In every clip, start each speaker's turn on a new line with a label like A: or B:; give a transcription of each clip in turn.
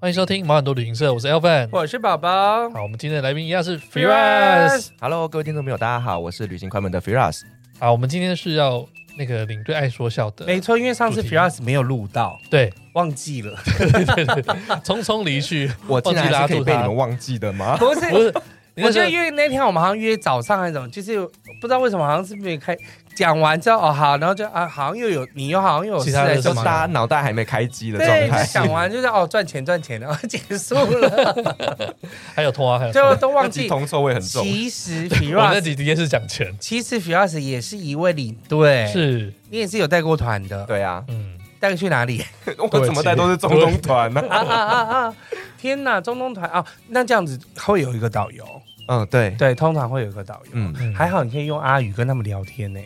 A: 欢迎收听毛很多旅行社，我是 Elvin。
B: 我是宝宝。
A: 好，我们今天的来宾一样是 Firas
B: Firas。
C: Hello，各位听众朋友，大家好，我是旅行快门的 Firas。
A: 好，我们今天是要那个领队爱说笑的，
B: 没错，因为上次
A: 主题
B: Firas 没有录到，
A: 对，
B: 忘记了。
A: 匆匆离去，
C: 我竟然还是可以被你
A: 忘记拉住
C: 们忘记的 吗？
B: 不是，
A: 不是，你
B: 我
A: 那
B: 觉
A: 时候
B: 得因为那天我们好像约早上还是什么，就是不知道为什么好像是没开，讲完之后哦好，然后就啊好像又有你又好像又有
A: 其
B: 事
A: 他的
B: 还
C: 就是
B: 什
C: 是大
B: 么。
C: 家脑袋还没开机的状
B: 对， 就
C: 态，
B: 想完就是哦，赚钱赚钱，然后结束了，
A: 还有通啊，还有通
B: 就
A: 啊
B: 都忘
C: 那集
B: 记。
C: 铜臭味很 重。
B: 其实
A: 我那
B: Firas，
A: 几天是讲钱，
B: 其实 Firas 也是一位领队，
A: 是，
B: 你也是有带过团的，
C: 对啊，
A: 嗯，
B: 带去哪 里？
C: 我怎么带都是中东团呢、
B: 啊啊啊啊！天哪，中东团啊，那这样子会有一个导游，
C: 嗯，对，
B: 对，通常会有一个导游。
C: 嗯，
A: 嗯
B: 还好你可以用阿语跟他们聊 天呢、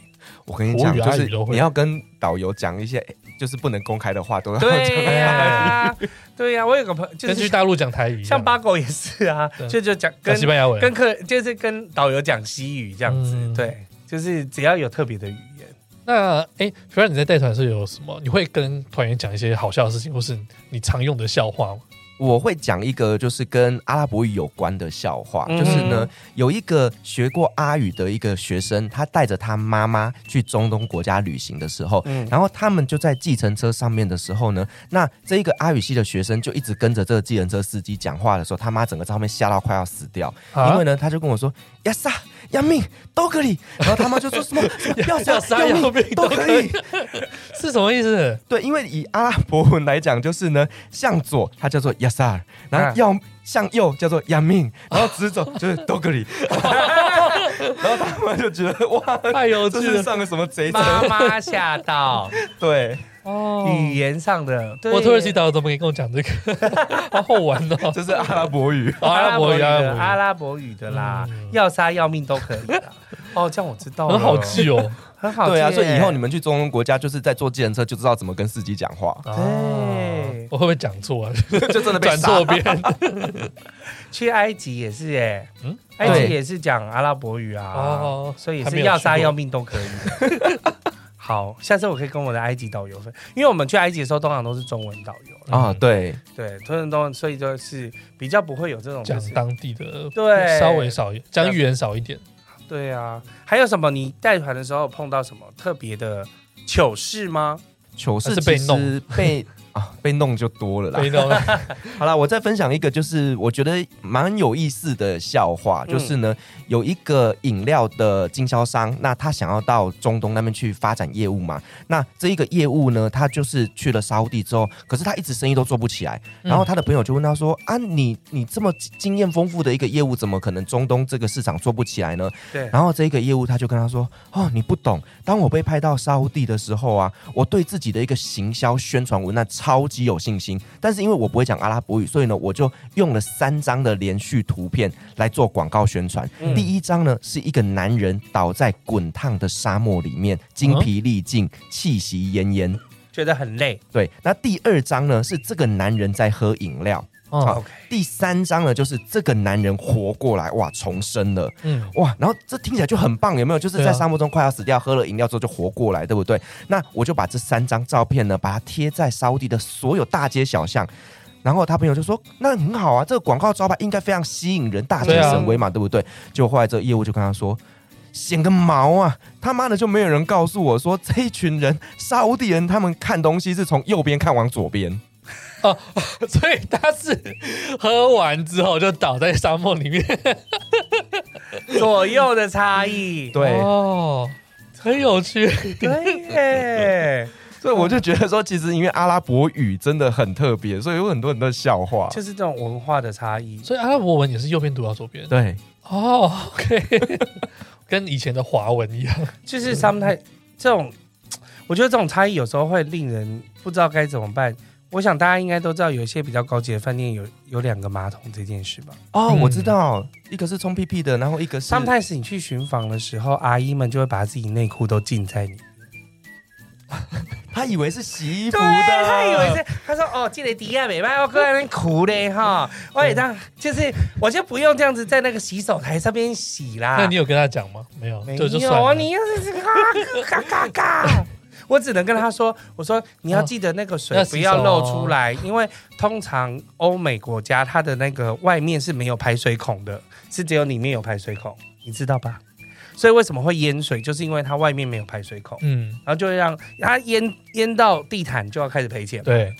C: 我跟你讲，
A: 国语
C: 就
A: 阿
C: 是
A: 语都会
C: 你要跟导游讲一些就是不能公开的话，都要
B: 对呀、对呀、我有个朋友就
A: 跟去
B: 是
A: 大陆讲台语一样，
B: 像八狗也是啊
A: 对，
B: 就就讲
A: 讲
B: 跟
A: 西班牙文，
B: 跟客就是跟导游讲西语这样子，
A: 嗯
B: 对，就是只要有特别的语言。
A: 那哎，虽然你在带团是有什么？你会跟团员讲一些好笑的事情，或是你常用的笑话吗？
C: 我会讲一个就是跟阿拉伯语有关的笑话，
B: 嗯
C: 就是呢，有一个学过阿语的一个学生，他带着他妈妈去中东国家旅行的时候，
B: 嗯
C: 然后他们就在计程车上面的时候呢，那这一个阿语系的学生就一直跟着这个计程车司机讲话的时候，他妈整个在后面吓到快要死掉，
A: 啊
C: 因为呢，他就跟我说亚萨。亚命都 可以，然后他妈就说什么要
A: 要杀
C: 要
A: 要命
C: 都
A: 都
C: 可
A: 可
C: 以，
A: 是什么意思？
C: 对，因为以阿拉伯文来讲，就是呢，向左它叫做 yasar，然
B: 啊
C: 后要、向右叫做 yamin，然后直走就是 dogri，然后他们就觉得哇，
A: 太有
C: 这
A: 趣
C: 是
A: 了
C: 上了什么贼船？
B: 妈妈吓到，
C: 对，
A: 哦！
B: 语言上的，对
A: 我土耳其导游怎么可以跟我讲这个？好好玩哦！
C: 这是阿拉伯语。
A: 哦阿拉伯语，阿
B: 的，
A: 拉
B: 阿
A: 伯
B: 拉伯语的啦，
A: 嗯
B: 要杀要命都可以啦。哦，这样我知道
A: 语
B: 了，
A: 很好，欸记哦。
B: 很好记耶。
C: 对啊，所以以后你们去中东国家，就是在坐计程车就知道怎么跟司机讲 话，
A: 啊我会不会讲错啊？
C: 就真的被
A: 转
C: 杀
A: 错。边，
B: 去埃及也是哎，
A: 嗯
B: 埃及
C: 对
B: 也是讲阿拉伯语啊，
A: 哦
B: 所以也
A: 还没
B: 是
A: 有
B: 要杀
A: 去过
B: 要命 都可以。好，下次我可以跟我的埃及导游分，因为我们去埃及的时候通常都是中文导游啦，
A: 嗯
C: 啊，对，
B: 对，通常都所以就是比较不会有这种就
A: 讲
B: 是
A: 当地的，
B: 对
A: 稍微少一，讲语言少一点。
B: 对啊。还有什么？你带团的时候碰到什么特别的糗事吗？
C: 糗事
A: 还是被
C: 其实被啊被弄就多了啦
A: 所以。呢，
C: 好啦，我再分享一个，就是我觉得蛮有意思的笑话，
B: 嗯
C: 就是呢，有一个饮料的经销商，那他想要到中东那边去发展业务嘛，那这一个业务呢，他就是去了沙烏地之后，可是他一直生意都做不起来，
A: 嗯
C: 然后他的朋友就问他说：“啊，你你这么经验丰富的一个业务，怎么可能中东这个市场做不起来呢？”
B: 对，
A: 啊
C: 然后这个业务他就跟他说：“哦，你不懂，当我被派到沙乌地的时候啊，我对自己的一个行销宣传文案超级有信心，但是因为我不会讲阿拉伯语，所以呢，我就用了三张的连续图片来做广告宣传。
B: 嗯
C: 第一张呢是一个男人倒在滚烫的沙漠里面，精疲力尽，气息奄奄。
B: 觉得很累。
C: 对，那第二张呢是这个男人在喝饮料。”
A: 哦，
B: OK，
C: 第三张呢，就是这个男人活过来，哇，重生了，
A: 嗯，
C: 哇，然后这听起来就很棒，有没有？就是
A: 对啊
C: 在沙漠中快要死掉，喝了饮料之后就活过来，对不对？那我就把这三张照片呢，把它贴在沙烏地的所有大街小巷。然后他朋友就说：“那很好啊，这个广告招牌应该非常吸引人，大显
A: 对啊
C: 神威嘛，对不对？”结果后来这个业务就跟他说：“显个毛啊！他妈的就没有人告诉我说，这一群人沙烏地人他们看东西是从右边看往左边。”
A: 所以他是喝完之后就倒在沙漠里面。
B: 左右的差 异，
C: 对，
A: 哦，很有趣。
B: 对 耶，
C: 所以我
A: 哦
C: 就觉得说，其实因为阿拉伯语真的很特别，所以有很多很多笑话。
B: 就是这种文化的差异。
A: 所以阿拉伯文也是右边读到左边。
C: 对，
A: 哦，OK，跟以前的华文一样。
B: 就是 sometimes 这种，我觉得这种差异有时候会令人不知道该怎么办。我想大家应该都知道，有一些比较高级的饭店有有两个马桶这件事吧。
C: 哦，
A: 嗯
C: 我知道，一个是冲屁屁的，然后一个是
B: sometimes 你去巡房的时候，阿姨们就会把自己内裤都浸在 你。
C: 他以为是洗衣服的，
B: 他以为是，他说哦，这个迪亚美拜，我搁在那边哭嘞哈，我也当 就是我就不用这样子在那个洗手台上边洗啦。
A: 那你有跟他讲吗？没有，
B: 啊没
A: 就就
B: 有
A: 算了。
B: 啊， 你又是这个啊嘎嘎嘎。我只能跟他说，我说你要记得那个水
A: 哦要
B: 不
A: 洗
B: 要
A: 手
B: 漏
A: 哦
B: 出来，因为通常欧美国家它的那个外面是没有排水孔的，是只有里面有排水孔，你知道吧？所以为什么会淹水，就是因为它外面没有排水孔，
A: 嗯，
B: 然后就会让它淹淹到地毯就要开始赔钱。
A: 对，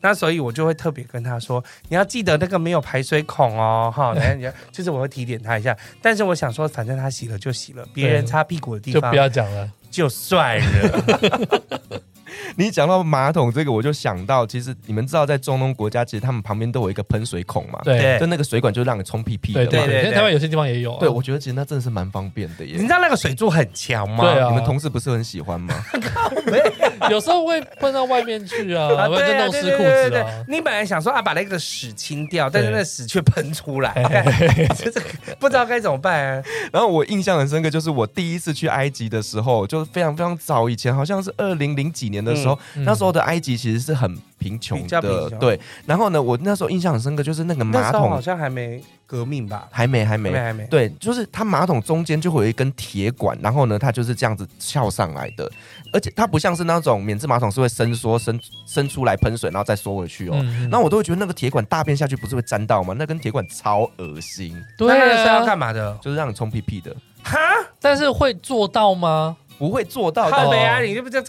B: 那所以我就会特别跟他说，你要记得那个没有排水孔哦，哈，然后你就就是我会提点他一下。但是我想说，反正他洗了就洗了，别人擦屁股的地
A: 就
B: 方
A: 不要讲了。
B: 就算 了。
C: 你讲到马桶这个，我就想到，其实你们知道，在中东国家，其实他们旁边都有一个喷水孔嘛，
A: 对
B: 对
C: 就那个水管就让你冲屁屁的
A: 对对
B: 啊
C: 嘛。
B: 对对
A: 对，因为台湾有些地方也有啊。
C: 对我觉得其实那真的是蛮方便的
B: 你知
C: 耶。
B: 道那个水柱很强吗？
A: 对啊
C: 你们同事不是很喜欢吗？
A: 有时候会喷到外面去啊，
B: 啊
A: 不然就弄
B: 对
A: 湿裤
B: 对对
A: 子
B: 对
A: 啊。
B: 你本来想说啊，把那个屎清掉，但是
A: 对哎
B: 那屎却喷出 来， 就是不知道该怎么办啊。
C: 然后我印象很深刻，就是我第一次去埃及的时候，就是非常非常早以前，好像是二零零几年的时候，
A: 嗯
C: 那时候的埃及其实是很贫穷
B: 比较贫
C: 的，
B: 穷
C: 对。然后呢，我那时候印象很深刻，就是那个
B: 那
C: 马
B: 时候好
C: 桶
B: 像还没革命吧？
C: 还没还
B: 还
C: 没
B: 没还没。
C: 对，就是它马桶中间就会有一根铁管，然后呢，它就是这样子翘上来的，而且它不像是那种免治马桶是会伸缩伸伸出来喷水，然后再缩回去哦。
B: 啊
A: 嗯
C: 那我都会觉得那个铁管大便下去不是会沾到吗？那根铁管超恶心，
B: 那那
A: 对
B: 个是要
A: 啊，
B: 干嘛的？
C: 就是让你冲屁屁的，
A: 但是会做到吗？
C: 不会做到
B: 靠
C: 的。
B: 北啊，你这不就
A: 哦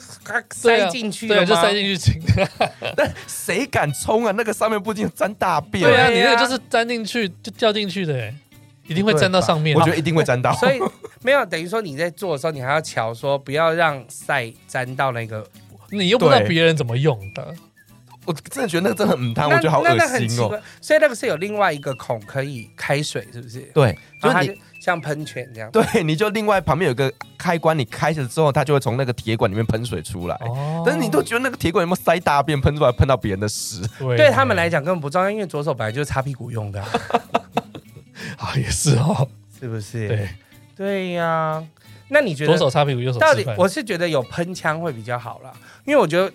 A: 对
B: 塞
A: 啊
B: 进去
A: 对
B: 了
A: 啊，
B: 吗？啊
A: 就塞进去清。
C: 但谁敢冲啊？那个上面不仅沾大便，
A: 对
B: 啊
A: 啊，你那个就是粘进去就掉进去的欸，一定会粘到上面啊
C: 我。觉得一定会沾 到。
B: 所以没有等于说你在做的时候，你还要瞧说不要让晒沾到那个。
A: 啊你又不知道
C: 对
A: 别人怎么用的，
C: 我真的觉得那个真的很
B: 那
C: 贪，我觉得好
B: 那那很
C: 恶
B: 奇
C: 心哦。
B: 怪，所以那个是有另外一个孔可以开水，是不是？
C: 对，就
A: 啊
B: 然后
C: 是
B: 它
C: 你
B: 就像喷泉这样。
C: 对，你就另外旁边有个开关，你开了之后，它就会从那个铁管里面喷水出来。
A: 哦
C: 但是你都觉得那个铁管有没有塞大便喷出来，喷到别人的屎？
A: 对
B: 对他们来讲根本不重要，因为左手本来就是擦屁股用的啊、
A: 啊也是哦，
B: 是不是？
A: 对，
B: 对呀、那你觉
A: 左
B: 得
A: 手擦屁股，右手
B: 到
A: 吃
B: 底
A: 饭
B: 我是觉得有喷枪会比较好啦，因为我觉得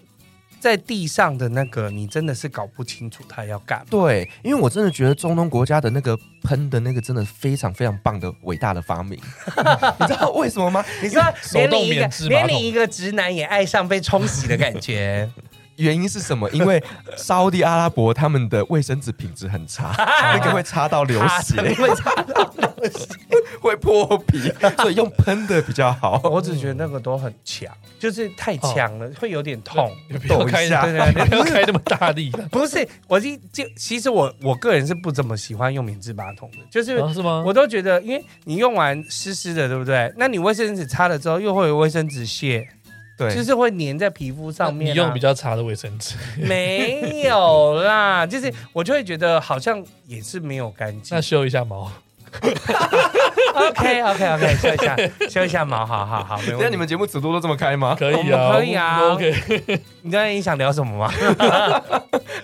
B: 在地上的那个你真的是搞不清楚他要干嘛。
C: 对，因为我真的觉得中东国家的那个喷的那个真的非常非常棒的伟大的发明， 你知道为什么 吗？
B: 你知道，
A: 手
B: 连
A: 动
B: 你一个
A: 免治马
B: 连
A: 桶
B: 你一个直男也爱上被冲洗的感觉。
C: 原因是什么？因为沙地阿拉伯他们的卫生纸品质很差，
A: 啊
C: 那个会擦到流 血，
B: 会擦
C: 会破 皮，所以用喷的比较好。
B: 我只觉得那个都很强，就是太强了，会有点痛。
A: 也不要
C: 抖一
A: 开
C: 下
A: 对对 对不要开那么大力 了，
B: 不是，我一就其实我我个人是不怎么喜欢用免治马桶的，就是
A: 啊是吗？
B: 我都觉得，因为你用完湿湿的，对不对？那你卫生纸擦了之后，又会有卫生纸屑，就
C: 对，
B: 是会粘在皮肤上面、啊。
A: 你用比较差的卫生 纸，
B: 没有啦，就是我就会觉得好像也是没有干净
A: 那。修一下毛。
B: 哦 OK OK OK，修一下，修一下毛，好好好，没问
C: 那
B: 题。
C: 你们节目尺度都这么开 吗？
A: 可以
B: 我
A: 啊，
B: 们可以啊
A: 我们 OK，
B: 你刚才你想聊什么吗？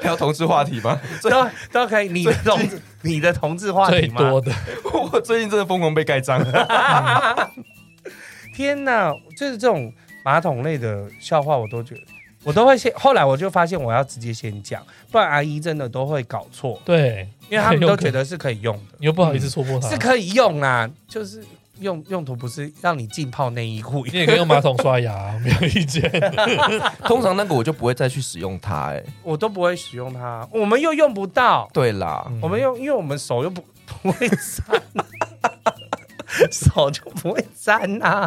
C: 还有同志话题吗？ 最
B: 都都可以，你的同你的同志话
A: 最
B: 题吗？
A: 多的
C: 我最近真的疯狂被盖章。
B: 天哪，就是这种马桶类的笑话，我都觉得我都会先。后来我就发现我要直接先讲，不然阿姨真的都会搞错，
A: 对，
B: 因为他们都觉得是可以用的，
A: 你又不好意思戳破它，
B: 是可以用啊，就是用用途不是让你浸泡内衣裤。
A: 你也可以用马桶刷牙，没有意 见。
C: 通常那个我就不会再去使用它、哎，
B: 我都不会使用它，我们又用不到，
C: 对啦，
A: 嗯
B: 我们用，因为我们手又不不会沾、 手就不会沾啊。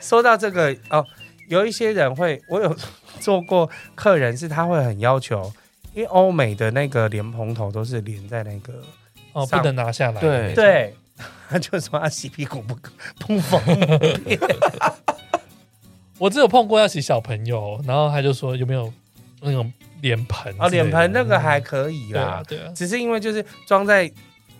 B: 说到这个哦，有一些人会，我有做过客人是他会很要求，因为欧美的那个莲蓬头都是连在那个，
A: 哦，不
B: 上
A: 能拿下来。
C: 对
B: 对，他 就说他洗屁股不不方便，
A: 我只有碰过要洗小朋友，然后他就说有没有那种脸盆
B: 哦，
A: 之类的
B: 脸盆那个还可以
A: 对
B: 啦，
A: 啊对啊，
B: 只是因为就是装在，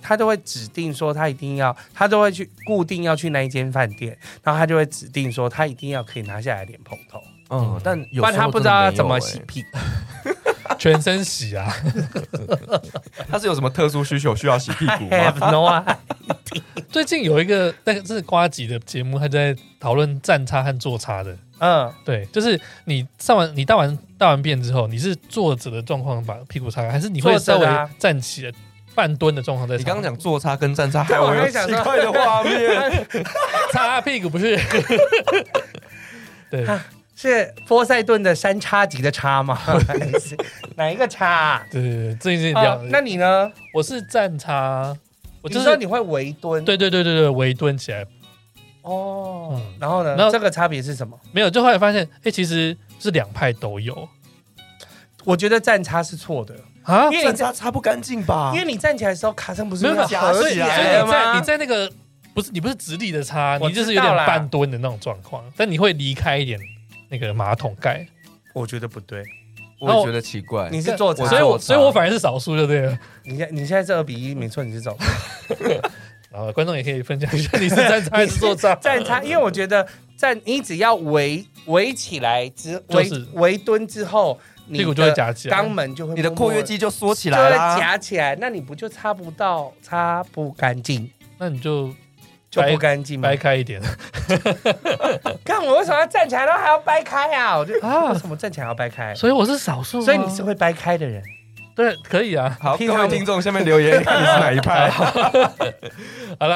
B: 他都会指定说他一定要，他都会去固定要去那一间饭店，然后他就会指定说他一定要可以拿下来脸蓬头，
C: 嗯，但
B: 不
C: 有
B: 然
C: 时
B: 他
C: 候
B: 不
C: 真
B: 知
C: 的
B: 道
C: 没
B: 要
C: 有
B: 怎么
A: 欸
C: 哎
B: 洗屁股。
A: 全身洗啊，
C: 他是有什么特殊需求需要洗屁股
B: I have？
C: 吗
B: no idea
A: 最近有一个那个这是瓜吉的节目，他在讨论站叉和坐叉的。
B: 嗯，
A: 对，就是你上完你大完大完便之后，你是坐着的状况把屁股擦开，还是你会
B: 坐着
A: 稍微
B: 的啊
A: 站起来半蹲的状况再擦？
C: 你刚 刚讲坐叉跟站叉，
B: 对
C: 害我
B: 我
C: 有
B: 刚才
C: 奇
B: 想说
C: 怪的画面。
A: 擦屁股不是？对，
B: 是波塞顿的三叉戟的叉吗？还是哪一个 叉啊？
A: 对对对，最近
B: 啊
A: 两，
B: 那你呢？
A: 我是站差，我
B: 你
A: 就是
B: 说你会围蹲？
A: 对对对对对，围蹲起来
B: 哦
A: 嗯，
B: 然后呢？
A: 那
B: 这个差别是什么？
A: 没有，就后来发现，哎、其实是两派都有
B: 我觉得站叉是 错的，
A: 啊
B: 因为
C: 站
B: 你
C: 擦擦不干净吧？
B: 因为你站起来的时候，卡森不是
A: 没有没
B: 要
A: 有，
C: 夹
B: 合
A: 所以所以
B: 起
A: 你
B: 来的
A: 在
B: 吗
A: 你？在那个不是你不是直立的插，
B: 我
A: 你就是
B: 知
A: 有
B: 道
A: 点
B: 啦
A: 半蹲的那种状况，但你会离开一点那个马桶盖，
B: 我觉得不对，
A: 然后
D: 我也觉得奇怪。
B: 哦你是坐啊
D: 我
B: 叉，
A: 所以我
D: 插
A: 所以我反而是少数，对不对了？
B: 你现你现在是二比一，没错，你是走，
A: 然后观众也可以分享一下你是站叉还是坐叉
B: 站叉，因为我觉得站你只要围围起来之
A: 就
B: 围
A: 是
B: 围蹲之后，你
A: 屁股
B: 的
A: 就会夹起来
B: 肛。门就会
C: 你的
B: 默默
C: 括约肌就缩起
B: 就
C: 来
B: 会
C: 啦。
B: 夹起来，那你不就擦不到、擦不干净，
A: 那你就
B: 就
A: 掰
B: 不干净吗
A: 掰？开一点
B: 看我为什么要站起来，然后还要掰开啊？我就为
A: 啊。
B: 什么站起来要掰开？
A: 所以我是少数啊，
B: 所以你是会掰开的人。
A: 对，可以啊。
D: 好，
B: 听
D: 各
B: 他
D: 位
B: 们
D: 听众下面留言，看你是哪一 派。
A: 好了，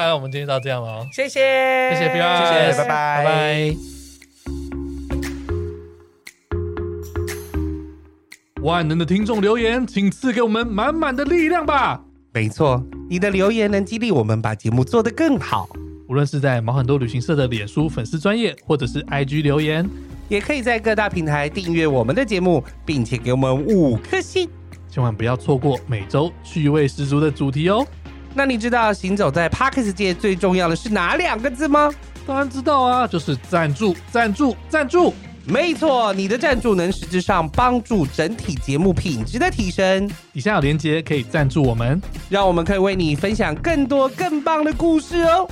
A: 那我们今天到这样了哦，
B: 谢谢，
A: 谢谢 P
C: 谢
A: R，
C: 谢拜拜
A: 拜拜。
E: 万能的听众留言，请赐给我们满满的力量吧！
B: 没错，你的留言能激励我们把节目做得更好，
A: 无论是在毛很多旅行社的脸书粉丝专业，或者是 IG 留言，
B: 也可以在各大平台订阅我们的节目，并且给我们五颗星。
A: 千万不要错过每周趣味十足的主题哦。
B: 那你知道行走在 Parkes 界最重要的是哪两个字吗？
A: 当然知道啊，就是赞助、赞助、赞助。
B: 没错，你的赞助能实质上帮助整体节目品质的提升，
A: 底下有链接可以赞助我们。
B: 让我们可以为你分享更多更棒的故事哦。